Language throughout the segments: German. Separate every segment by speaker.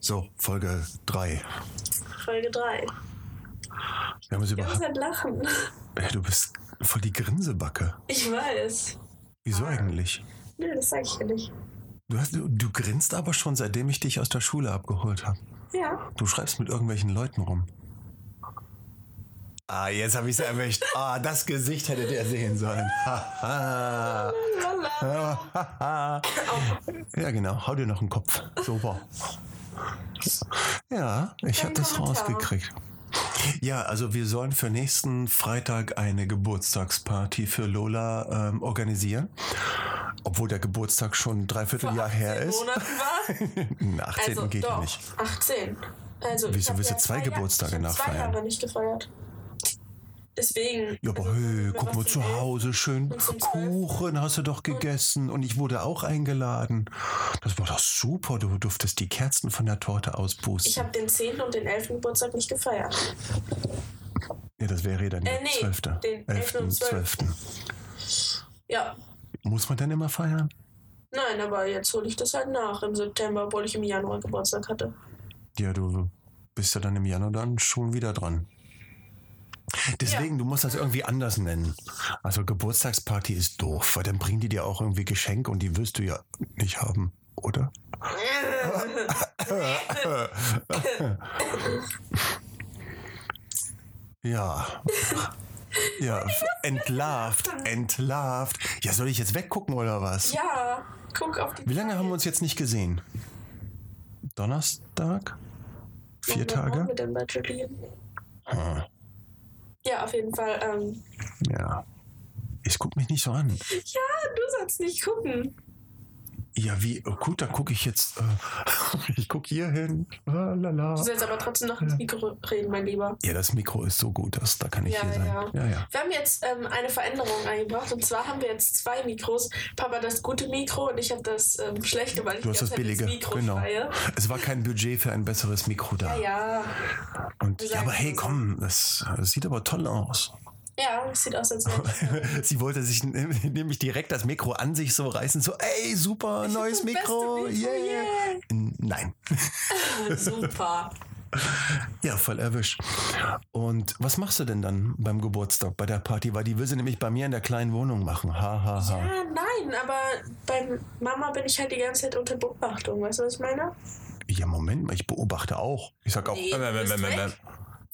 Speaker 1: So, Folge 3.
Speaker 2: Folge 3.
Speaker 1: Wir haben uns
Speaker 2: Die
Speaker 1: über.
Speaker 2: ganze Zeit halt lachen.
Speaker 1: Ey, du bist voll die Grinsebacke.
Speaker 2: Ich weiß.
Speaker 1: Wieso eigentlich?
Speaker 2: Nö, das sag ich dir nicht.
Speaker 1: Du, hast, du, du grinst aber schon, seitdem ich dich aus der Schule abgeholt habe.
Speaker 2: Ja.
Speaker 1: Du schreibst mit irgendwelchen Leuten rum. Ah, jetzt habe ich es erwischt. Ah, das Gesicht hättet ihr sehen sollen. Ha, ha.
Speaker 2: Lala.
Speaker 1: Ha, ha, ha. ja, genau. Hau dir noch einen Kopf. Super. Ja, ich habe
Speaker 2: Kein
Speaker 1: das
Speaker 2: Kommentar.
Speaker 1: rausgekriegt. Ja, also wir sollen für nächsten Freitag eine Geburtstagsparty für Lola ähm, organisieren. Obwohl der Geburtstag schon ein Dreivierteljahr her ist.
Speaker 2: Monaten war?
Speaker 1: Den 18.
Speaker 2: Also,
Speaker 1: geht ja
Speaker 2: doch.
Speaker 1: nicht.
Speaker 2: 18. Also, ich
Speaker 1: Wieso
Speaker 2: hab
Speaker 1: willst du
Speaker 2: ja
Speaker 1: zwei
Speaker 2: Jahre-
Speaker 1: Geburtstage
Speaker 2: ich hab
Speaker 1: nachfeiern?
Speaker 2: zwei Jahre nicht gefeiert. Deswegen.
Speaker 1: Ja, aber
Speaker 2: Also,
Speaker 1: hey,
Speaker 2: wenn
Speaker 1: guck
Speaker 2: was
Speaker 1: mal
Speaker 2: zum
Speaker 1: zu
Speaker 2: Essen-
Speaker 1: Hause, schön
Speaker 2: und zum
Speaker 1: Kuchen hast du doch gegessen und ich wurde auch eingeladen. Das war doch super, du durftest die Kerzen von der Torte auspusten.
Speaker 2: Ich habe den 10. und den 11. Geburtstag nicht gefeiert.
Speaker 1: ja, das wäre ja dann der
Speaker 2: Äh, nee,
Speaker 1: 12. 11.
Speaker 2: den 11. und
Speaker 1: 12.
Speaker 2: 12.. Ja.
Speaker 1: Muss man denn immer feiern?
Speaker 2: Nein, aber jetzt hole ich das halt nach im September, obwohl ich im Januar Geburtstag hatte.
Speaker 1: Ja, du bist ja dann im Januar dann schon wieder dran. Deswegen, du musst das irgendwie anders nennen. Also Geburtstagsparty ist doof, weil dann bringen die dir auch irgendwie Geschenke und die wirst du ja nicht haben, oder? Ja. Ja, entlarvt, entlarvt. Ja, soll ich jetzt weggucken oder was?
Speaker 2: Ja, guck auf die.
Speaker 1: Wie lange haben wir uns jetzt nicht gesehen? Donnerstag? Vier
Speaker 2: Wann waren
Speaker 1: Tage? Ah.
Speaker 2: wir denn bei Julian? Ja, auf jeden Fall. Ähm,
Speaker 1: Ja. Ich guck mich nicht so an.
Speaker 2: ja, du sollst nicht gucken.
Speaker 1: Ja, wie? oh, Gut, dann gucke ich jetzt. Äh, ich gucke hier hin. Ah, lala.
Speaker 2: Du sollst aber trotzdem noch ins Mikro reden, mein Lieber.
Speaker 1: Ja, das Mikro ist so gut, dass, da kann ich
Speaker 2: Ja,
Speaker 1: hier sein.
Speaker 2: ja.
Speaker 1: ja, ja.
Speaker 2: Wir haben jetzt ähm, eine Veränderung eingebracht und zwar haben wir jetzt zwei Mikros. Papa das gute Mikro und ich habe das ähm, schlechte, weil ich
Speaker 1: Du hast
Speaker 2: die
Speaker 1: das
Speaker 2: ganze Zeit
Speaker 1: billige.
Speaker 2: Mikro
Speaker 1: Genau.
Speaker 2: schreie.
Speaker 1: Es war kein Budget für ein besseres Mikro da.
Speaker 2: Ja, ja.
Speaker 1: Und,
Speaker 2: Wir
Speaker 1: ja aber
Speaker 2: sagen
Speaker 1: hey,
Speaker 2: so.
Speaker 1: komm, das, das sieht aber toll aus.
Speaker 2: Ja, es sieht aus, als wäre das
Speaker 1: Sie wollte sich n- nämlich direkt das Mikro an sich so reißen, so, ey, super, neues
Speaker 2: das
Speaker 1: Mikro.
Speaker 2: beste Mikro,
Speaker 1: yeah.
Speaker 2: yeah. Ah,
Speaker 1: N- Nein.
Speaker 2: Super.
Speaker 1: Ja, voll erwischt. Und was machst du denn dann beim Geburtstag, bei der Party? Weil die will sie nämlich bei mir in der kleinen Wohnung machen. Ha, ha, ha.
Speaker 2: Ja, Ah, nein, aber bei Mama bin ich halt die ganze Zeit unter Beobachtung. Weißt du, was ich meine?
Speaker 1: Ja, Moment mal, ich beobachte auch. Ich sag auch,
Speaker 2: Nee,
Speaker 1: äh,
Speaker 2: du
Speaker 1: äh,
Speaker 2: bist
Speaker 1: äh, äh,
Speaker 2: weg.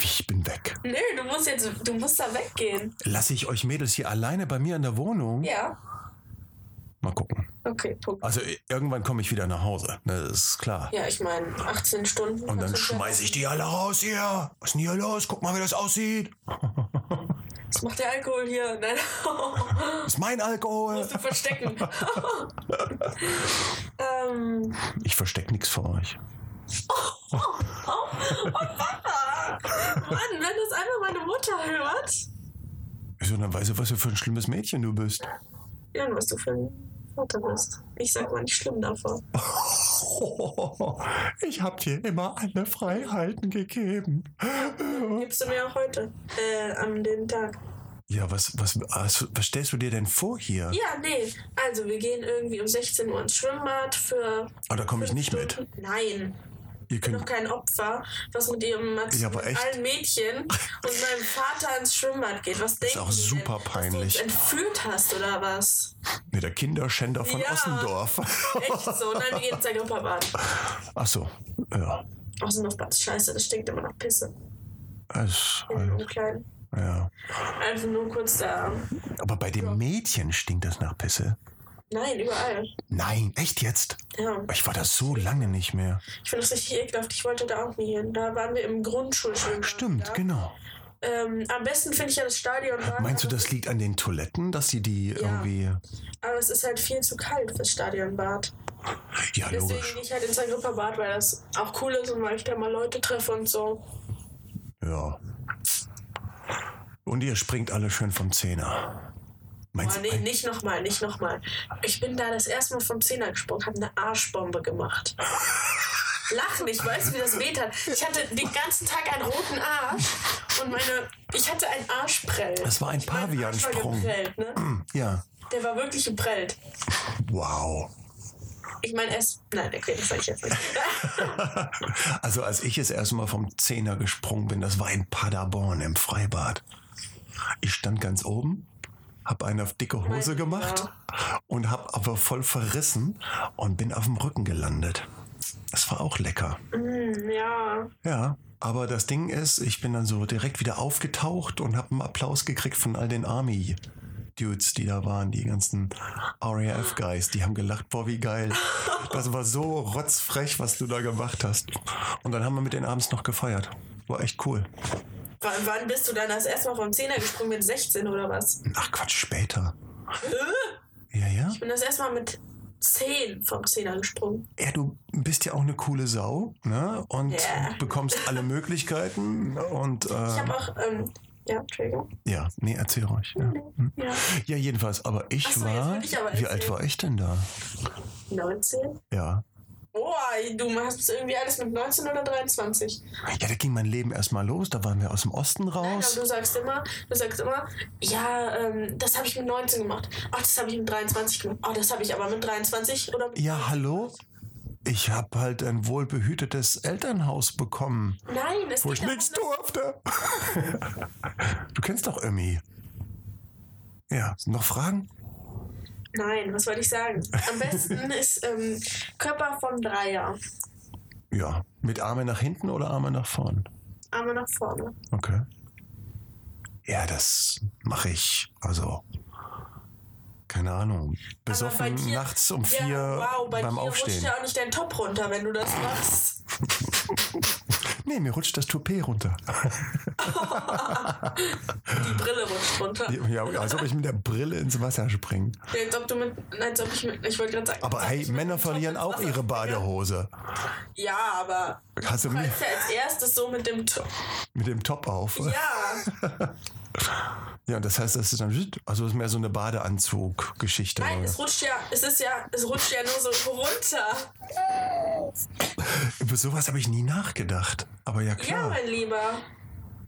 Speaker 1: ich bin weg.
Speaker 2: Nö, du musst jetzt, du musst da weggehen.
Speaker 1: Lasse ich euch Mädels hier alleine bei mir in der Wohnung?
Speaker 2: Ja.
Speaker 1: Mal gucken.
Speaker 2: Okay, Punkt.
Speaker 1: Also i- irgendwann komme ich wieder nach Hause. ne, Das ist klar.
Speaker 2: Ja, ich meine, 18 Stunden.
Speaker 1: Und dann
Speaker 2: kannst du-
Speaker 1: schmeiße ich die alle raus hier. Was ist denn hier los? Guck mal, wie das aussieht.
Speaker 2: Was macht der Alkohol hier? Nein,
Speaker 1: Das ist mein Alkohol.
Speaker 2: musst du verstecken. ähm,
Speaker 1: Ich verstecke nichts vor euch.
Speaker 2: Mann, wenn das einmal meine Mutter hört.
Speaker 1: Wieso, dann weiß ich, was du für ein schlimmes Mädchen du bist.
Speaker 2: Ja, und was du für ein Vater bist. Ich sag mal nicht schlimm davon.
Speaker 1: Ich hab dir immer alle Freiheiten gegeben.
Speaker 2: Gibst du mir auch heute. Äh, an den Tag.
Speaker 1: Ja, was, was, was, was stellst du dir denn vor hier?
Speaker 2: Ja, nee. Also, wir gehen irgendwie um 16 Uhr ins Schwimmbad für.
Speaker 1: Ah, da komme ich nicht mit.
Speaker 2: Stunden. Nein.
Speaker 1: Ihr
Speaker 2: Ich bin noch
Speaker 1: könnt,
Speaker 2: kein Opfer, was mit ihrem Max
Speaker 1: Ja, aber
Speaker 2: mit
Speaker 1: echt.
Speaker 2: allen Mädchen und meinem Vater ins Schwimmbad geht. Was
Speaker 1: ist
Speaker 2: denkst
Speaker 1: auch super
Speaker 2: Dass
Speaker 1: peinlich.
Speaker 2: du uns entführt hast oder was?
Speaker 1: nee, der Kinderschänder von
Speaker 2: Genau. Ja.
Speaker 1: Ossendorf.
Speaker 2: Echt so? Nein, wir gehen ins Agripperbad.
Speaker 1: Ach so, ja.
Speaker 2: Außenluftbad ist scheiße, das stinkt immer nach Pisse.
Speaker 1: Es,
Speaker 2: In den Umkleiden.
Speaker 1: ja.
Speaker 2: Einfach nur kurz da.
Speaker 1: Aber bei dem Mädchen stinkt das nach Pisse.
Speaker 2: Nein, überall.
Speaker 1: Nein, echt jetzt?
Speaker 2: Ja.
Speaker 1: Ich war das so lange nicht mehr.
Speaker 2: Ich finde das richtig ekelhaft. Ich wollte da auch nie hin. Da waren wir im Grundschulschwimmbad.
Speaker 1: Stimmt,
Speaker 2: ja.
Speaker 1: genau.
Speaker 2: Ähm, am besten finde ich ja das Stadion.
Speaker 1: Meinst du, das liegt an den Toiletten, dass sie die irgendwie.
Speaker 2: Aber es ist halt viel zu kalt fürs Stadionbad.
Speaker 1: Ja,
Speaker 2: Deswegen
Speaker 1: logisch.
Speaker 2: gehe ich halt ins Agripperbad, weil das auch cool ist und weil ich da mal Leute treffe und so.
Speaker 1: Ja. Und ihr springt alle schön vom Zehner. Meinst
Speaker 2: Boah,
Speaker 1: du?
Speaker 2: Oh, nee, nicht nochmal, nicht nochmal. Ich bin da das erste Mal vom Zehner gesprungen, habe eine Arschbombe gemacht. Lach nicht, weißt du, wie das weht hat? Ich hatte den ganzen Tag einen roten Arsch und meine. Ich hatte einen Arschprell.
Speaker 1: Das war ein
Speaker 2: Ich mein, Arsch war
Speaker 1: Paviansprung.
Speaker 2: geprellt, ne?
Speaker 1: Ja.
Speaker 2: Der war wirklich geprellt.
Speaker 1: Wow.
Speaker 2: Ich meine, es. Nein, okay, das sage ich jetzt nicht.
Speaker 1: Also als ich jetzt erstmal vom Zehner gesprungen bin, das war in Paderborn im Freibad. Ich stand ganz oben, habe eine auf dicke Hose
Speaker 2: Mein-
Speaker 1: gemacht und habe aber voll verrissen und bin auf dem Rücken gelandet. Das war auch lecker.
Speaker 2: mm, ja.
Speaker 1: Ja, aber das Ding ist, ich bin dann so direkt wieder aufgetaucht und habe einen Applaus gekriegt von all den Army. Dudes, die da waren, die ganzen RAF-Guys, die haben gelacht, boah, wie geil. Das war so rotzfrech, was du da gemacht hast. Und dann haben wir mit den abends noch gefeiert. War echt cool.
Speaker 2: Wann, wann bist du dann das erste Mal vom Zehner gesprungen mit 16 oder was?
Speaker 1: Ach Quatsch, später. Ja, ja.
Speaker 2: Ich bin das erste Mal mit 10 vom Zehner gesprungen.
Speaker 1: Ja, du bist ja auch eine coole Sau, ne? Und
Speaker 2: Ja.
Speaker 1: bekommst alle Möglichkeiten. Und
Speaker 2: Ich
Speaker 1: äh,
Speaker 2: habe auch, ähm, ja, Entschuldigung.
Speaker 1: ja, nee, erzähl ruhig. Ja.
Speaker 2: Ja,
Speaker 1: Ja, jedenfalls, aber ich
Speaker 2: Ach so, jetzt
Speaker 1: war.
Speaker 2: würd ich aber
Speaker 1: wie
Speaker 2: erzählen.
Speaker 1: alt war ich denn da?
Speaker 2: 19.
Speaker 1: Ja.
Speaker 2: Boah, du hast irgendwie alles mit 19 oder 23.
Speaker 1: Ja, da ging mein Leben erstmal los. Da waren wir aus dem Osten
Speaker 2: Nein,
Speaker 1: raus.
Speaker 2: aber du sagst immer, du sagst immer, ja, ähm, das habe ich mit 19 gemacht. Ach, das habe ich mit 23 gemacht. Oh, das habe ich aber mit 23 oder mit
Speaker 1: ja, hallo? Ich habe halt ein wohlbehütetes Elternhaus bekommen,
Speaker 2: Nein, es
Speaker 1: wo
Speaker 2: geht
Speaker 1: ich nichts
Speaker 2: darum,
Speaker 1: durfte. du kennst doch Ömi. Ja, noch Fragen?
Speaker 2: dass- Nein, was wollte ich sagen? Am besten ist ähm, Körper vom Dreier.
Speaker 1: Ja. Mit Arme nach hinten oder Arme nach vorn?
Speaker 2: Arme nach vorne.
Speaker 1: Okay. Ja, das mache ich. Also, keine Ahnung. Besoffen
Speaker 2: dir-
Speaker 1: nachts um vier
Speaker 2: ja, wow, bei
Speaker 1: beim
Speaker 2: dir
Speaker 1: Aufstehen.
Speaker 2: rutscht ja auch nicht dein Top runter, wenn du das machst.
Speaker 1: Nee, mir rutscht das Toupet runter.
Speaker 2: Die Brille rutscht runter.
Speaker 1: Ja, als ob ich mit der Brille ins Wasser springe.
Speaker 2: Ja, als ob du mit. Als ob ich mit. Ich wollte gerade sagen.
Speaker 1: Aber
Speaker 2: als ob
Speaker 1: hey,
Speaker 2: ich mit
Speaker 1: Männer
Speaker 2: dem Top
Speaker 1: verlieren
Speaker 2: ins
Speaker 1: auch
Speaker 2: Wasser
Speaker 1: ihre
Speaker 2: springe.
Speaker 1: Badehose.
Speaker 2: Ja, aber.
Speaker 1: Hast du
Speaker 2: Du
Speaker 1: mir
Speaker 2: kannst ja als erstes so mit dem Top.
Speaker 1: mit dem Top auf?
Speaker 2: Ja.
Speaker 1: Ja, das heißt, das ist dann also das ist mehr so eine Badeanzug-Geschichte.
Speaker 2: Nein, es rutscht ja, es ist ja, es rutscht ja nur so runter.
Speaker 1: Über sowas habe ich nie nachgedacht. Aber ja
Speaker 2: Ja,
Speaker 1: klar.
Speaker 2: mein Lieber.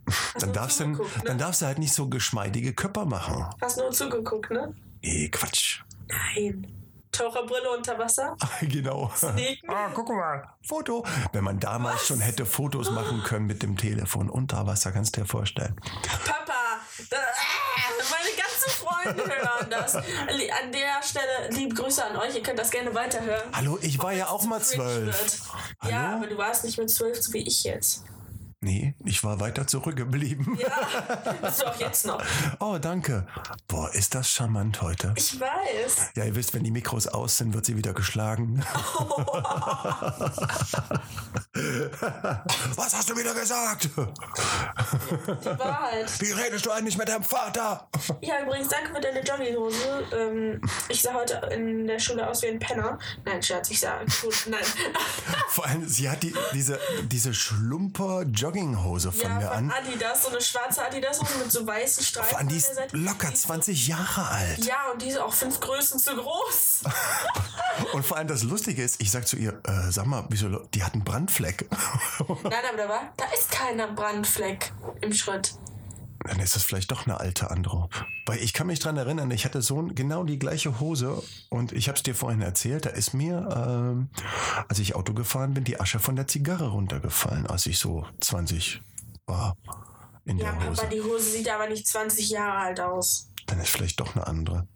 Speaker 2: Hast
Speaker 1: dann
Speaker 2: nur
Speaker 1: darfst du
Speaker 2: zugeguckt,
Speaker 1: dann
Speaker 2: ne?
Speaker 1: darfst du halt nicht so geschmeidige Köpper machen.
Speaker 2: Hast nur zugeguckt, ne?
Speaker 1: Nee, Quatsch.
Speaker 2: Nein. Taucherbrille unter Wasser.
Speaker 1: genau.
Speaker 2: Sneaken.
Speaker 1: Ah, guck mal. Foto. Wenn man damals schon hätte Fotos machen können mit dem Telefon unter Wasser, kannst du dir vorstellen.
Speaker 2: Papa, da, ah, meine ganzen Freunde hören das. Li- An der Stelle liebe Grüße an euch. Ihr könnt das gerne weiterhören.
Speaker 1: Hallo, ich war ja auch mal
Speaker 2: Zu cringe
Speaker 1: zwölf.
Speaker 2: wird.
Speaker 1: Hallo?
Speaker 2: Ja, aber du warst nicht mit zwölf, so wie ich jetzt.
Speaker 1: Nee, ich war weiter zurückgeblieben.
Speaker 2: Ja, bist du auch jetzt noch.
Speaker 1: Oh, danke. Boah, ist das charmant heute.
Speaker 2: Ich weiß.
Speaker 1: Ja, ihr wisst, wenn die Mikros aus sind, wird sie wieder geschlagen. Was hast du wieder gesagt?
Speaker 2: Die Wahrheit.
Speaker 1: Wie redest du eigentlich mit deinem Vater?
Speaker 2: Ja, übrigens, danke für deine Jogginghose. Ähm, ich sah heute in der Schule aus wie ein Penner. Nein, Scherz, ich sah gut. Nein.
Speaker 1: Vor allem, sie hat die, diese, diese Schlumper-Jogginghose von
Speaker 2: ja,
Speaker 1: mir
Speaker 2: von
Speaker 1: an.
Speaker 2: Adidas, so eine schwarze Adidas-Hose mit so weißen Streifen
Speaker 1: Vor allem, die
Speaker 2: an der
Speaker 1: ist
Speaker 2: Seite.
Speaker 1: locker 20 Jahre alt.
Speaker 2: Ja, und die ist auch fünf Größen zu groß.
Speaker 1: Und vor allem das Lustige ist, ich sag zu ihr, äh, sag mal, wieso, lo- die hat einen Brandfleck.
Speaker 2: Nein, aber da war, da ist keiner Brandfleck im Schritt.
Speaker 1: Dann ist das vielleicht doch eine alte Andro. Weil ich kann mich dran erinnern, ich hatte so ein- genau die gleiche Hose und ich habe es dir vorhin erzählt, da ist mir, ähm, als ich Auto gefahren bin, die Asche von der Zigarre runtergefallen, als ich so 20 war in
Speaker 2: Ja,
Speaker 1: der
Speaker 2: Papa,
Speaker 1: Hose.
Speaker 2: die Hose sieht aber nicht 20 Jahre alt aus.
Speaker 1: Dann ist vielleicht doch eine andere.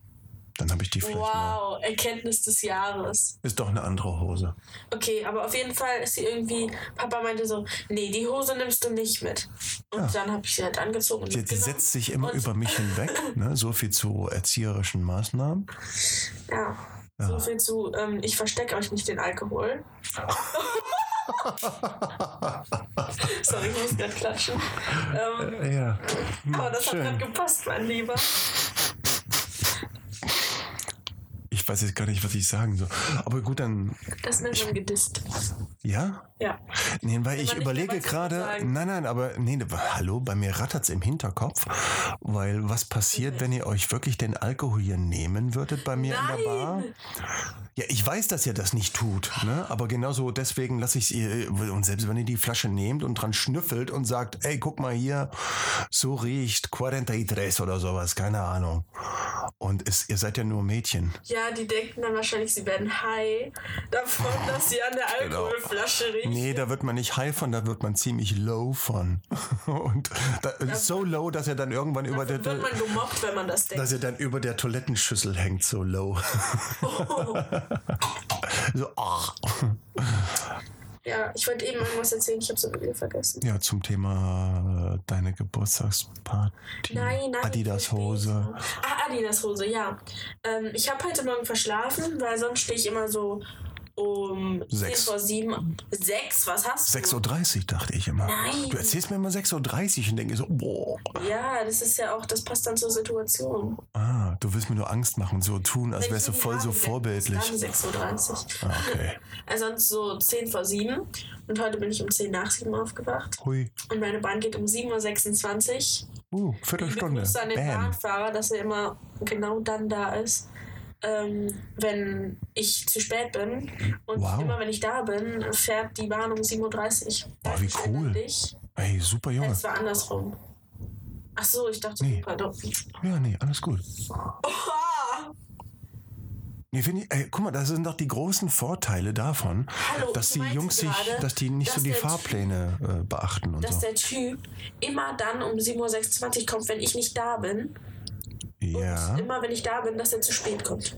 Speaker 1: Dann habe ich die vielleicht mal.
Speaker 2: Wow, Erkenntnis des Jahres.
Speaker 1: Ist doch eine andere Hose.
Speaker 2: Okay, aber auf jeden Fall ist sie irgendwie. Papa meinte so: Nee, die Hose nimmst du nicht mit. Und dann habe ich sie halt angezogen. und
Speaker 1: Sie, sie
Speaker 2: mitgenommen.
Speaker 1: setzt sich immer
Speaker 2: Und-
Speaker 1: über mich hinweg, ne? so viel zu erzieherischen Maßnahmen.
Speaker 2: Ja. So viel zu, ähm, ich verstecke euch nicht den Alkohol. Sorry, ich muss gerade klatschen. Ähm,
Speaker 1: Ja,
Speaker 2: aber das hat
Speaker 1: Hm, schön.
Speaker 2: gerade gepasst, mein Lieber.
Speaker 1: Ich weiß jetzt gar nicht, was ich sagen soll. Aber gut, dann,
Speaker 2: Das nennt man gedisst.
Speaker 1: ja,
Speaker 2: Ja.
Speaker 1: Nee, weil ich
Speaker 2: man nicht
Speaker 1: überlege
Speaker 2: dabei zu
Speaker 1: gerade,
Speaker 2: sagen.
Speaker 1: nein, nein, aber nee, ne, hallo, bei mir rattert's im Hinterkopf, weil was passiert, wenn ihr euch wirklich den Alkohol hier nehmen würdet bei mir in der Bar?
Speaker 2: Nein!
Speaker 1: Ja, ich weiß, dass ihr das nicht tut, ne? aber genauso deswegen lasse ich ihr, und selbst wenn ihr die Flasche nehmt und dran schnüffelt und sagt, ey, guck mal hier, so riecht 43 oder sowas, keine Ahnung. Und es, ihr seid ja nur Mädchen.
Speaker 2: Ja, die denken dann wahrscheinlich, sie werden high davon, dass sie an der
Speaker 1: Genau.
Speaker 2: Alkoholflasche riechen.
Speaker 1: Nee, da wird man nicht high von, da wird man ziemlich low von. Und da, so low, dass er dann irgendwann über der,
Speaker 2: Dann wird man gemobbt, wenn man das denkt.
Speaker 1: dass er dann über der Toilettenschüssel hängt, so low.
Speaker 2: Oh.
Speaker 1: so, ah.
Speaker 2: Ja, ich wollte eben irgendwas erzählen, ich habe es wieder vergessen.
Speaker 1: Ja, zum Thema äh, deine Geburtstagsparty.
Speaker 2: Nein, nein.
Speaker 1: Adidas Hose.
Speaker 2: Ah, Adidas Hose, ja. Ähm, ich habe heute Morgen verschlafen, weil sonst stehe ich immer so um
Speaker 1: Sechs.
Speaker 2: 10 vor 7. 6, was hast du?
Speaker 1: 6.30 Uhr dachte ich immer.
Speaker 2: Nein.
Speaker 1: Du erzählst mir immer 6.30 Uhr und denke so, boah.
Speaker 2: Ja, das ist ja auch, das passt dann zur Situation.
Speaker 1: Ah, du willst mir nur Angst machen, so tun, als wärst du voll so vorbildlich.
Speaker 2: Dann 6.30 Uhr.
Speaker 1: Ah, okay.
Speaker 2: Also sonst so 10 vor 7. Und heute bin ich um 10 nach 7 aufgewacht.
Speaker 1: Hui.
Speaker 2: Und meine Bahn geht um 7.26 Uhr.
Speaker 1: Uh,
Speaker 2: Liebe
Speaker 1: Viertelstunde.
Speaker 2: Grüße an den
Speaker 1: Bam.
Speaker 2: Bahnfahrer, dass er immer genau dann da ist, ähm, wenn ich zu spät bin. Und
Speaker 1: Wow.
Speaker 2: immer wenn ich da bin, fährt die Bahn um 7.30 Uhr.
Speaker 1: Boah, wie
Speaker 2: Ich erinnere
Speaker 1: cool.
Speaker 2: Dich.
Speaker 1: Ey, super Junge.
Speaker 2: Es war andersrum. Ach so, ich dachte,
Speaker 1: Nee.
Speaker 2: pardon.
Speaker 1: Ja, nee, alles gut.
Speaker 2: Oha!
Speaker 1: Nee, finde ich, ey, guck mal, das sind doch die großen Vorteile davon,
Speaker 2: Hallo,
Speaker 1: dass
Speaker 2: ich
Speaker 1: die
Speaker 2: meinte
Speaker 1: Jungs sich,
Speaker 2: Oh, gerade,
Speaker 1: dass die nicht so
Speaker 2: dass
Speaker 1: die
Speaker 2: der Typ-
Speaker 1: Fahrpläne äh, beachten und
Speaker 2: Dass
Speaker 1: so.
Speaker 2: der Typ immer dann um 7.26 Uhr kommt, wenn ich nicht da bin.
Speaker 1: Ja.
Speaker 2: Und immer wenn ich da bin, dass er zu spät kommt.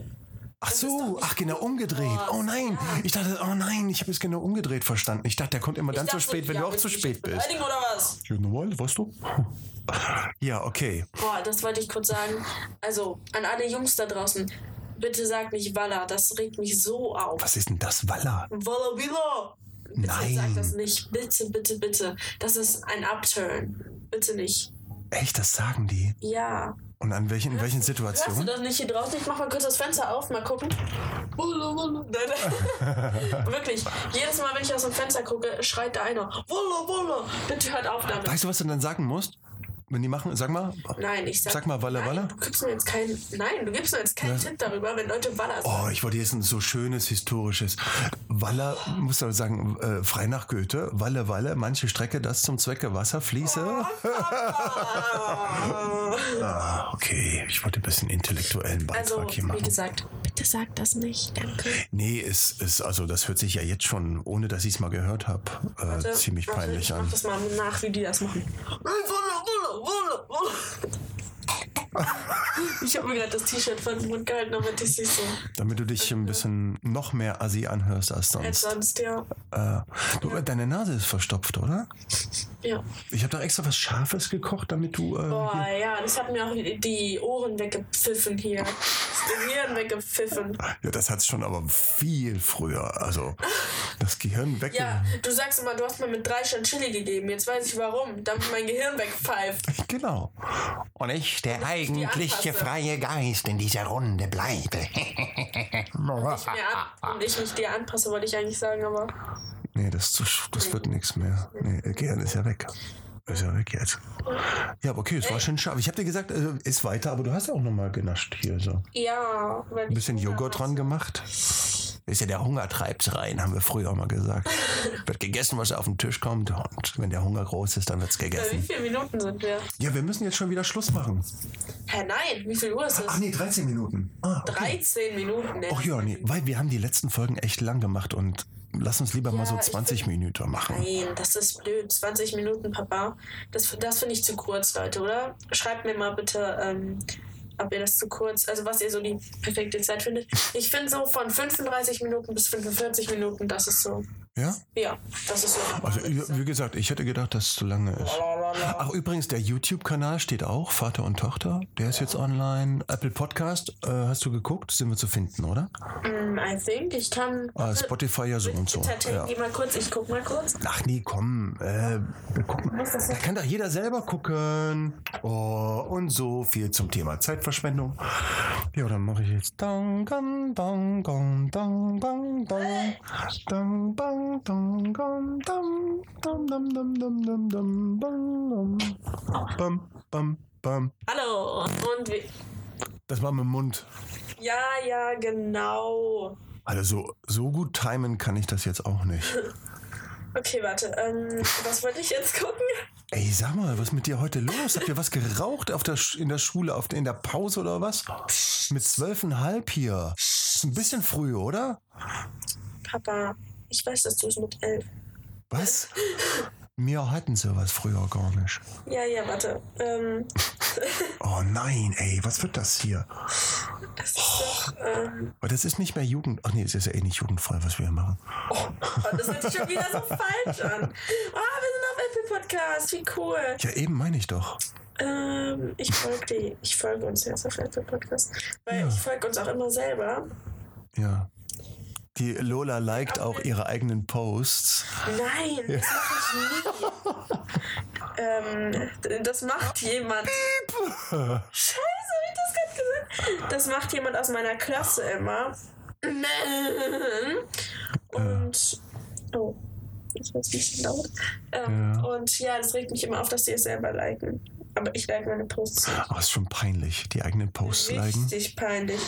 Speaker 1: Ach
Speaker 2: das ist doch
Speaker 1: so,
Speaker 2: nicht
Speaker 1: ach genau, umgedreht.
Speaker 2: groß.
Speaker 1: Oh nein,
Speaker 2: Ja.
Speaker 1: ich dachte, oh nein, ich habe es genau umgedreht verstanden. Ich dachte, der kommt immer
Speaker 2: Ich
Speaker 1: dann zu
Speaker 2: dachte,
Speaker 1: spät, wenn
Speaker 2: ja,
Speaker 1: du auch
Speaker 2: willst
Speaker 1: zu
Speaker 2: mich
Speaker 1: spät bist.
Speaker 2: Beleidigen oder was?
Speaker 1: Ja, normal, weißt du? Ja, okay.
Speaker 2: Boah, das wollte ich kurz sagen. Also, an alle Jungs da draußen, bitte sagt nicht Walla, das regt mich so auf.
Speaker 1: Was ist denn das, Walla?
Speaker 2: Walla Willa! Bitte
Speaker 1: Nein.
Speaker 2: sagt das nicht. Bitte, bitte, bitte. Das ist ein Upturn. Bitte nicht.
Speaker 1: Echt, das sagen die?
Speaker 2: Ja.
Speaker 1: Und an welchen, in welchen
Speaker 2: Hörst du
Speaker 1: Situationen?
Speaker 2: das nicht hier draußen? Ich mach mal kurz das Fenster auf, mal gucken. Walla Walla. Nein, nein. Wirklich, jedes Mal, wenn ich aus dem Fenster gucke, schreit da einer. Walla Walla! Bitte hört
Speaker 1: Ah,
Speaker 2: auf damit.
Speaker 1: Weißt du, was du dann sagen musst? Wenn die machen, sag mal,
Speaker 2: Nein, ich sag,
Speaker 1: Sag mal Walla
Speaker 2: nein,
Speaker 1: Walla.
Speaker 2: Du gibst mir jetzt keinen, nein, du gibst mir jetzt keinen Tipp darüber, wenn Leute Walla sagen.
Speaker 1: Oh, ich wollte jetzt ein so schönes historisches. Walle, muss man sagen, äh, frei nach Goethe, Walle, Walle, manche Strecke, das zum Zwecke Wasser
Speaker 2: Oh,
Speaker 1: fließe. Ah, okay, ich wollte ein bisschen intellektuellen Beitrag
Speaker 2: Also,
Speaker 1: hier
Speaker 2: wie
Speaker 1: machen.
Speaker 2: gesagt, bitte sag das nicht, danke.
Speaker 1: Nee, es ist, also das hört sich ja jetzt schon, ohne dass ich es mal gehört habe, äh, ziemlich
Speaker 2: Warte,
Speaker 1: peinlich
Speaker 2: ich mach
Speaker 1: an.
Speaker 2: das mal nach, wie die das machen. Ich habe mir gerade das T-Shirt von den Mund gehalten, damit ich sie so
Speaker 1: Damit du dich ein bisschen noch mehr assi anhörst als sonst.
Speaker 2: als sonst, ja.
Speaker 1: Äh, du, deine Nase ist verstopft, oder?
Speaker 2: ja.
Speaker 1: Ich habe doch extra was Scharfes gekocht, damit du. Äh,
Speaker 2: Boah, ja, das hat mir auch die Ohren weggepfiffen hier. Das Gehirn weggepfiffen.
Speaker 1: Ja, das hat's schon aber viel früher. Also das Gehirn weg.
Speaker 2: Ja, du sagst immer, du hast mir mit drei schon Chili gegeben. Jetzt weiß ich warum, damit mein Gehirn wegpfeift.
Speaker 1: Genau. Und ich, der
Speaker 2: eigentliche freie
Speaker 1: Geist in dieser Runde bleibe.
Speaker 2: Mir an- Und ich mich dir anpasse, wollte ich eigentlich sagen, aber.
Speaker 1: nee, das, ist zu sch- das wird nichts mehr. Nee, ihr Gehirn ist ja weg. Ist ja weg jetzt. Ja, aber okay, es war schon scharf. Ich habe dir gesagt, äh, ist weiter, aber du hast ja auch nochmal genascht hier so. Ein
Speaker 2: Ja, weil ich
Speaker 1: bisschen
Speaker 2: Hunger
Speaker 1: Joghurt
Speaker 2: habe.
Speaker 1: dran gemacht. Ist ja der Hunger treibt's rein, haben wir früher auch mal gesagt. Wird gegessen, was auf den Tisch kommt. Und wenn der Hunger groß ist, dann wird's
Speaker 2: Äh, Wie
Speaker 1: gegessen.
Speaker 2: viele Minuten sind wir?
Speaker 1: Ja, wir müssen jetzt schon wieder Schluss machen.
Speaker 2: Hä, nein, wie viel Uhr ist es?
Speaker 1: nee, 13 Minuten. Ah, okay.
Speaker 2: 13 Minuten. ne?
Speaker 1: Ach ja, nee, weil wir haben die letzten Folgen echt lang gemacht und lass uns lieber mal so
Speaker 2: Ja, ich
Speaker 1: 20 Minuten machen.
Speaker 2: Nein, das ist blöd. 20 Minuten, Papa. Das, das finde ich zu kurz, Leute, oder? Schreibt mir mal bitte, ähm, ob ihr das zu kurz, also was ihr so die perfekte Zeit findet. Ich finde so von 35 Minuten bis 45 Minuten, das ist so.
Speaker 1: Ja?
Speaker 2: Ja, das ist so.
Speaker 1: Also wie gesagt, ich hätte gedacht, dass es zu lange ist.
Speaker 2: Lalalala.
Speaker 1: Ach übrigens, der YouTube-Kanal steht auch, Vater und Tochter. Der ist jetzt online. Apple Podcast, äh, hast du geguckt? Sind wir zu finden, oder?
Speaker 2: Mm, I think, ich kann.
Speaker 1: Ah, Spotify ja so und so.
Speaker 2: Entertain,
Speaker 1: Ja.
Speaker 2: geh mal kurz, ich guck mal kurz.
Speaker 1: Ach nee, komm. Äh, wir gucken. Da kann doch jeder selber gucken. Oh, und so viel zum Thema Zeitverschwendung. Ja, dann mache ich jetzt. Dang, gan, dang, gong, dang, bang, dang. Dang, bang, dang, gong, dang. Dam, dam, dam, dam, dam, dam, bang, dam. Bam, bam, bam.
Speaker 2: Hallo! Und wir.
Speaker 1: Das war mit dem Mund.
Speaker 2: Ja, ja, genau.
Speaker 1: Also so, so gut timen kann ich das jetzt auch nicht.
Speaker 2: Okay, warte. Ähm, was wollte ich jetzt gucken?
Speaker 1: Ey, sag mal, was ist mit dir heute los? Habt ihr was geraucht auf der, Sch- in der Schule, auf, in der Pause oder was? Mit zwölfeinhalb hier. Ist ein bisschen früh, oder?
Speaker 2: Papa, ich weiß, dass du es mit elf.
Speaker 1: Was? Wir hatten sowas früher gar nicht.
Speaker 2: Ja, ja, warte. Ähm,
Speaker 1: Oh nein, ey, was wird das hier?
Speaker 2: das ist doch. Ähm,
Speaker 1: Aber das ist nicht mehr Jugend. Ach nee, es ist ja eh nicht jugendfrei, was wir hier machen.
Speaker 2: oh, das hört sich schon wieder so falsch an. Ah, wir sind auf Apple Podcast. Wie cool.
Speaker 1: Ja, eben meine ich doch.
Speaker 2: Ähm, ich folge die. Ich folge uns jetzt auf Apple Podcast. Weil ich folge uns auch immer selber.
Speaker 1: Ja. Die Lola liked auch ihre eigenen Posts.
Speaker 2: Nein, das mache ich nie. ähm, das macht jemand. Scheiße, hab ich das gerade gesagt? Das macht jemand aus meiner Klasse immer. Und. Oh. Das war jetzt ein bisschen laut. Ähm,
Speaker 1: Ja.
Speaker 2: Und ja, das regt mich immer auf, dass die es selber liken. Aber ich like meine Posts. nicht.
Speaker 1: Aber es ist schon peinlich, die eigenen Posts liken.
Speaker 2: Richtig peinlich.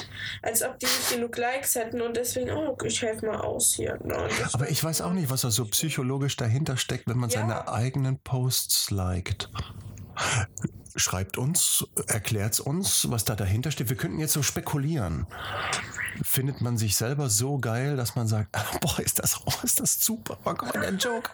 Speaker 2: Als ob die nicht genug Likes hätten und deswegen, oh, ich helfe mal aus hier. Ne? Nein, das-
Speaker 1: Aber ich weiß auch nicht, was da so psychologisch dahinter steckt, wenn man
Speaker 2: Ja.
Speaker 1: seine eigenen Posts liked. Schreibt uns, erklärt uns, was da dahinter steht. Wir könnten jetzt so spekulieren. Findet man sich selber so geil, dass man sagt, ah, boah, ist das, oh, ist das super, oh, guck mal, der Joke,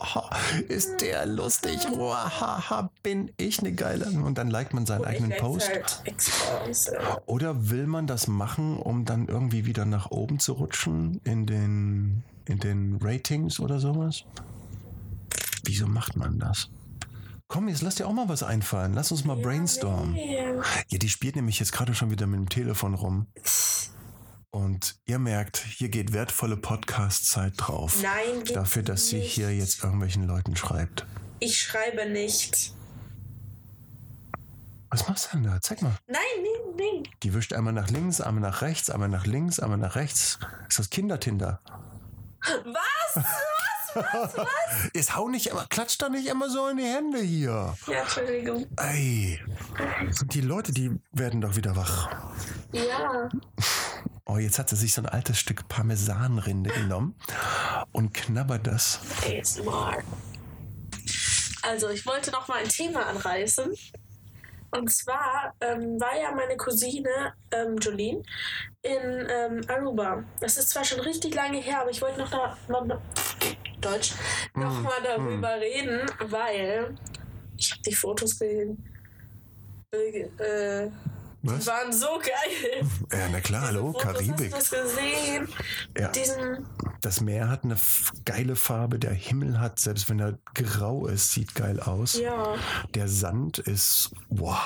Speaker 1: ist der lustig, oh, haha, bin ich eine geile. Und dann liked man seinen
Speaker 2: Und ich
Speaker 1: eigenen
Speaker 2: like's
Speaker 1: Post. Oh,
Speaker 2: Halt extra aus, äh,
Speaker 1: Oder will man das machen, um dann irgendwie wieder nach oben zu rutschen in den, in den Ratings oder sowas? Wieso macht man das? Komm, jetzt lass dir auch mal was einfallen. Lass uns mal brainstormen.
Speaker 2: Ja.
Speaker 1: Ja, die spielt nämlich jetzt gerade schon wieder mit dem Telefon rum. Und ihr merkt, hier geht wertvolle Podcast-Zeit drauf.
Speaker 2: Nein, geht
Speaker 1: Dafür, dass sie
Speaker 2: nicht.
Speaker 1: hier jetzt irgendwelchen Leuten schreibt.
Speaker 2: Ich schreibe nicht.
Speaker 1: Was machst du denn da? Zeig mal.
Speaker 2: Nein, nein, nein.
Speaker 1: Die wischt einmal nach links, einmal nach rechts, einmal nach links, einmal nach rechts. Ist das Kindertinder?
Speaker 2: Was?
Speaker 1: Jetzt hau nicht immer, klatscht doch nicht immer so in die Hände hier.
Speaker 2: Ja, Entschuldigung.
Speaker 1: Ey, die Leute, die werden doch wieder wach.
Speaker 2: Ja.
Speaker 1: Oh, jetzt hat sie sich so ein altes Stück Parmesanrinde genommen und knabbert das.
Speaker 2: ASMR. Also, ich wollte noch mal ein Thema anreißen. Und zwar ähm, war ja meine Cousine ähm, Jolene in ähm, Aruba. Das ist zwar schon richtig lange her, aber ich wollte noch da, mal, Deutsch,
Speaker 1: Hm,
Speaker 2: noch mal darüber reden, weil ich habe die Fotos gesehen. Äh, äh, die
Speaker 1: Was?
Speaker 2: waren so geil.
Speaker 1: Ja, na klar, hallo,
Speaker 2: Fotos,
Speaker 1: Karibik.
Speaker 2: Hast du das gesehen?
Speaker 1: Ja.
Speaker 2: Diesen
Speaker 1: Das Meer hat eine f- geile Farbe, der Himmel hat, selbst wenn er grau ist, sieht geil aus.
Speaker 2: Ja.
Speaker 1: Der Sand ist, boah,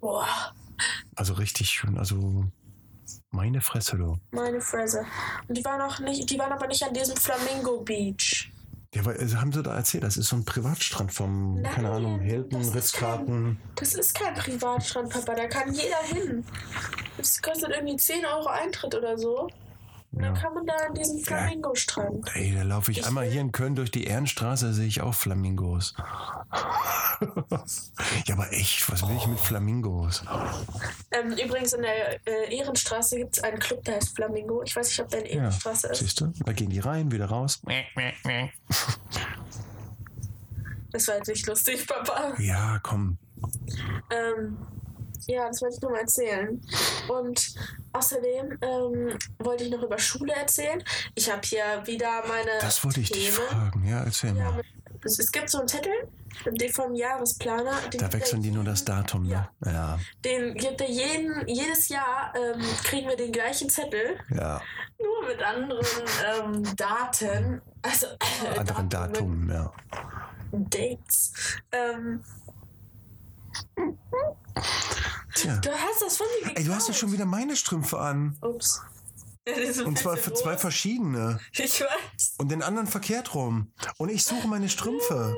Speaker 2: Boah,
Speaker 1: also richtig schön, also meine Fresse, du.
Speaker 2: meine Fresse. Und die waren auch nicht, die waren aber nicht an diesem Flamingo Beach.
Speaker 1: Ja, weil, also haben sie da erzählt, das ist so ein Privatstrand vom, keine
Speaker 2: Nein,
Speaker 1: Ahnung, Hilton,
Speaker 2: das ist
Speaker 1: Ritz-Carlton.
Speaker 2: Das ist kein Privatstrand, Papa. Da kann jeder hin. Das kostet irgendwie 10 Euro Eintritt oder so. Und dann
Speaker 1: Ja.
Speaker 2: kann man da an diesem Flamingo-Strand.
Speaker 1: Ey, da laufe ich,
Speaker 2: Ich
Speaker 1: einmal hier in Köln durch die Ehrenstraße, sehe ich auch Flamingos. ja, aber echt, was will ich mit Flamingos?
Speaker 2: Ähm, übrigens in der äh, Ehrenstraße gibt es einen Club, der heißt Flamingo. Ich weiß nicht, ob der in
Speaker 1: Ja,
Speaker 2: Ehrenstraße ist.
Speaker 1: siehst du? Da gehen die rein, wieder raus.
Speaker 2: Das war jetzt nicht lustig, Papa.
Speaker 1: Ja, komm.
Speaker 2: Ähm, ja, das wollte ich nur mal erzählen. Und außerdem ähm, wollte ich noch über Schule erzählen. Ich habe hier wieder meine.
Speaker 1: Das wollte ich dich fragen. Ja, erzähl
Speaker 2: Ja,
Speaker 1: mal.
Speaker 2: mit- es, es gibt so einen Zettel den vom Jahresplaner. Den
Speaker 1: Da wechseln die nur das Datum, ne? Ja,
Speaker 2: Den gibt er jeden, jedes Jahr, ähm, kriegen wir den gleichen Zettel,
Speaker 1: ja.
Speaker 2: nur mit anderen ähm, Daten. Also äh,
Speaker 1: Anderen
Speaker 2: Datumen,
Speaker 1: Datum, ja.
Speaker 2: Dates. Ähm,
Speaker 1: Tja.
Speaker 2: du hast das von mir gekauft.
Speaker 1: Ey, du hast ja schon wieder meine Strümpfe an.
Speaker 2: Ups. Ja, die sind
Speaker 1: Und zwar
Speaker 2: fette
Speaker 1: für zwei
Speaker 2: Rosen.
Speaker 1: verschiedene.
Speaker 2: Ich weiß.
Speaker 1: Und den anderen verkehrt rum. Und ich suche meine Strümpfe.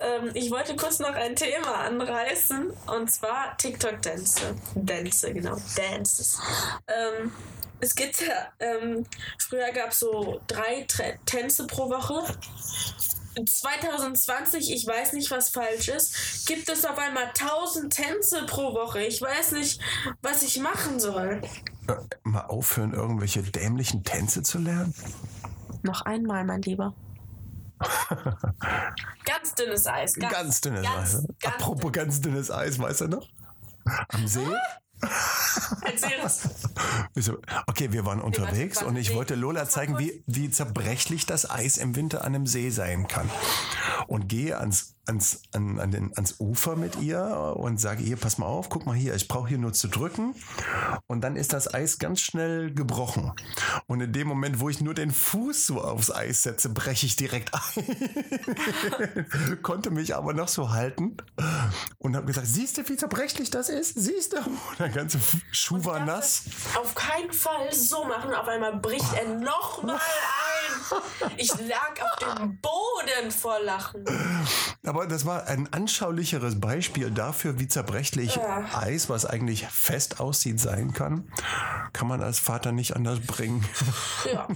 Speaker 2: Ähm, ich wollte kurz noch ein Thema anreißen und zwar TikTok-Dänze. Dänze, genau. Dances. Ähm, es gibt ja, ähm, früher gab es so drei Tre Tänze pro Woche. 2020, ich weiß nicht, was falsch ist, gibt es auf einmal 1000 Tänze pro Woche. Ich weiß nicht, was ich machen soll.
Speaker 1: Äh, Mal aufhören, irgendwelche dämlichen Tänze zu lernen?
Speaker 2: Noch einmal, mein Lieber. Ganz dünnes Eis.
Speaker 1: Ganz, dünnes Eis. Ah.
Speaker 2: Ganz, ganz
Speaker 1: Apropos ganz dünnes Eis, weißt du noch? Am See?
Speaker 2: Erzähl das.
Speaker 1: Wieso? Okay, wir waren unterwegs
Speaker 2: waren
Speaker 1: und ich
Speaker 2: unterwegs.
Speaker 1: wollte Lola zeigen, wie, wie zerbrechlich das Eis im Winter an einem See sein kann. Und gehe ans, ans, an, an den, ans Ufer mit ihr und sage ihr, pass mal auf, guck mal hier, ich brauche hier nur zu drücken. Und dann ist das Eis ganz schnell gebrochen. Und in dem Moment, wo ich nur den Fuß so aufs Eis setze, breche ich direkt ein. Konnte mich aber noch so halten und habe gesagt, siehst du, wie zerbrechlich das ist? Siehst du? Und der ganze Schuh war nass.
Speaker 2: Auf keinen Fall so machen. Auf einmal bricht er nochmal ein. Ich lag auf dem Boden vor Lachen.
Speaker 1: Aber das war ein anschaulicheres Beispiel dafür, wie zerbrechlich
Speaker 2: Ja.
Speaker 1: Eis, was eigentlich fest aussieht, sein kann. Kann man als Vater nicht anders bringen.
Speaker 2: Ja.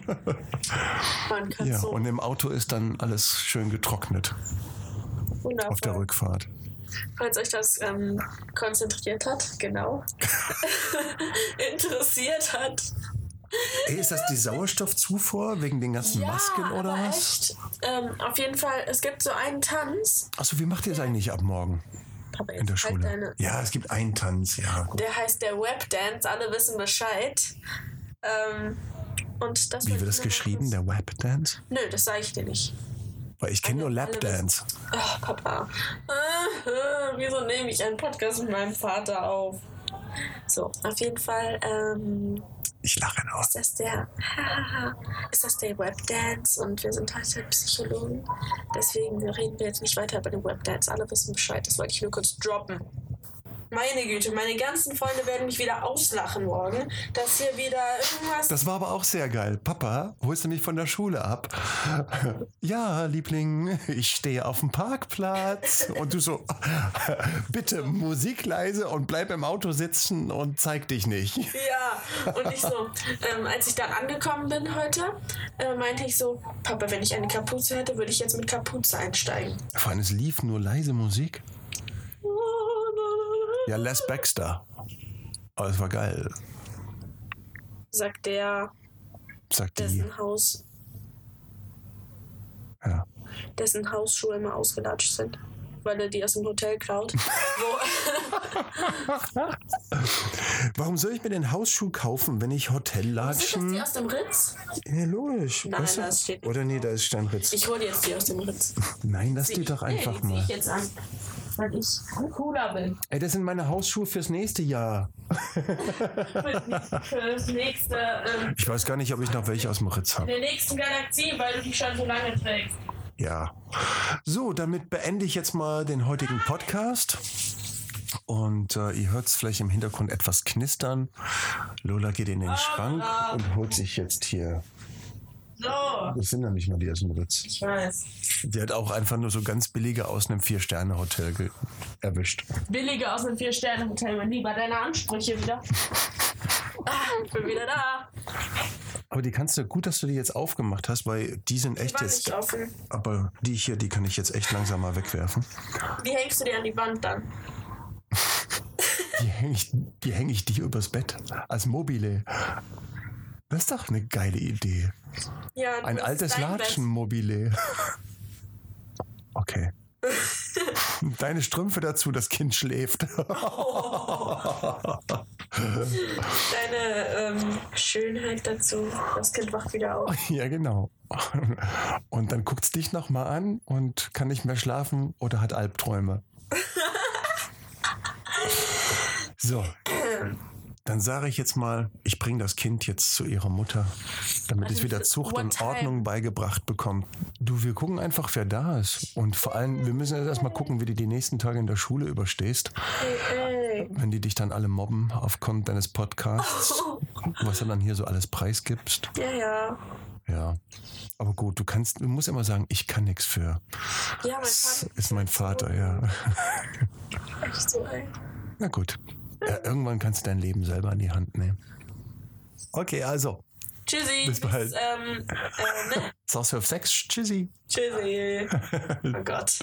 Speaker 2: Man kann
Speaker 1: Ja,
Speaker 2: so
Speaker 1: und im Auto ist dann alles schön getrocknet auf der
Speaker 2: wundervoll.
Speaker 1: Rückfahrt.
Speaker 2: Falls euch das ähm, konzentriert hat, genau. Interessiert hat.
Speaker 1: Ey, ist das die Sauerstoffzufuhr wegen den ganzen Masken oder
Speaker 2: aber
Speaker 1: was?
Speaker 2: Echt, ähm, auf jeden Fall, es gibt so einen Tanz.
Speaker 1: Achso, wie macht ihr das eigentlich ab morgen
Speaker 2: Papa, jetzt
Speaker 1: in der
Speaker 2: halt
Speaker 1: Schule?
Speaker 2: deine-
Speaker 1: ja, es gibt einen Tanz, ja. Gut.
Speaker 2: Der heißt der Webdance, alle wissen Bescheid. Ähm, und das
Speaker 1: Wie wird das geschrieben, der Webdance?
Speaker 2: Nö, das sage ich dir nicht.
Speaker 1: Weil ich kenne nur Lapdance.
Speaker 2: Äh, Ach, Papa. Äh, äh, Wieso nehme ich einen Podcast mit meinem Vater auf? So, auf jeden Fall ähm,
Speaker 1: Ich lache nur.
Speaker 2: ist das der ist das der Webdance und wir sind heute Psychologen. Deswegen reden wir jetzt nicht weiter über den Webdance. Alle wissen Bescheid. Das wollte ich nur kurz droppen. Meine Güte, meine ganzen Freunde werden mich wieder auslachen morgen, dass hier wieder irgendwas
Speaker 1: Das war aber auch sehr geil. Papa, holst du mich von der Schule ab? Ja, Liebling, ich stehe auf dem Parkplatz. Und du so, bitte Musik leise und bleib im Auto sitzen und zeig dich nicht.
Speaker 2: Ja, und ich so, ähm, als ich dann angekommen bin heute, äh, meinte ich so, Papa, wenn ich eine Kapuze hätte, würde ich jetzt mit Kapuze einsteigen.
Speaker 1: Vor allem, es lief nur leise Musik. Ja, Les Baxter. Aber es war geil,
Speaker 2: Sagt der,
Speaker 1: sagt die.
Speaker 2: dessen Haus,
Speaker 1: Ja.
Speaker 2: dessen Hausschuhe immer ausgelatscht sind, weil er die aus dem Hotel klaut. Wo,
Speaker 1: Warum soll ich mir den Hausschuh kaufen, wenn ich
Speaker 2: sind das die
Speaker 1: Hotellatschen...
Speaker 2: aus dem Ritz?
Speaker 1: Ja, logisch.
Speaker 2: Nein, da steht-
Speaker 1: Oder nee, da ist Steinritz.
Speaker 2: Ich hole jetzt die aus dem Ritz.
Speaker 1: Nein, lass die doch einfach
Speaker 2: nee, die zieh
Speaker 1: mal.
Speaker 2: ich jetzt an, weil ich cooler bin.
Speaker 1: Ey, das sind meine Hausschuhe fürs nächste Jahr.
Speaker 2: Für das nächste, ähm,
Speaker 1: Ich weiß gar nicht, ob ich noch welche aus dem Ritz habe.
Speaker 2: der nächsten Galaxie, weil du die schon so lange trägst.
Speaker 1: Ja. So, damit beende ich jetzt mal den heutigen Podcast. Und äh, ihr hört es vielleicht im Hintergrund etwas knistern. Lola geht in den Schrank und holt sich jetzt hier.
Speaker 2: So.
Speaker 1: Das sind ja nicht mal die aus dem Ritz.
Speaker 2: Ich weiß.
Speaker 1: Die hat auch einfach nur so ganz billige aus einem Vier-Sterne-Hotel ge- erwischt.
Speaker 2: Billige aus einem Vier-Sterne-Hotel, mein Lieber. Deine Ansprüche wieder. Ah, ich bin wieder da.
Speaker 1: Aber die kannst du, gut, dass du die jetzt aufgemacht hast, weil die sind echt
Speaker 2: War
Speaker 1: jetzt.
Speaker 2: nicht offen.
Speaker 1: Aber die hier, die kann ich jetzt echt langsam mal wegwerfen.
Speaker 2: Wie hängst du dir an die Wand dann?
Speaker 1: Die hänge ich, die häng ich dir übers Bett als Mobile. Das ist doch eine geile Idee.
Speaker 2: Ja,
Speaker 1: Ein
Speaker 2: das ist
Speaker 1: altes
Speaker 2: dein
Speaker 1: Latschenmobile. Okay. Deine Strümpfe dazu, das Kind schläft.
Speaker 2: Bett, Deine ähm, Schönheit dazu. Das Kind wacht wieder auf.
Speaker 1: ja, genau. Und dann guckt's dich nochmal an und kann nicht mehr schlafen oder hat Albträume. So. Dann sage ich jetzt mal, ich bringe das Kind jetzt zu ihrer Mutter, damit es wieder Zucht
Speaker 2: What
Speaker 1: und
Speaker 2: time?
Speaker 1: Ordnung beigebracht bekommt. Du, wir gucken einfach, wer da ist. Und vor allem, wir müssen jetzt erstmal gucken, wie du die nächsten Tage in der Schule überstehst,
Speaker 2: Hey,
Speaker 1: wenn die dich dann alle mobben aufgrund deines Podcasts, was du dann hier so alles preisgibst.
Speaker 2: hey. Ja, ja.
Speaker 1: Ja. Aber gut, du kannst, du musst immer sagen, ich kann nichts für.
Speaker 2: Ja, mein
Speaker 1: Das
Speaker 2: Vater
Speaker 1: ist mein Vater, ja.
Speaker 2: ist echt so ey.
Speaker 1: Na gut. Ja, irgendwann kannst du dein Leben selber in die Hand nehmen. Okay, also.
Speaker 2: Tschüssi.
Speaker 1: Bis bald.
Speaker 2: ähm, äh, ne?
Speaker 1: Sauce of Sex, tschüssi.
Speaker 2: Tschüssi. Oh Gott.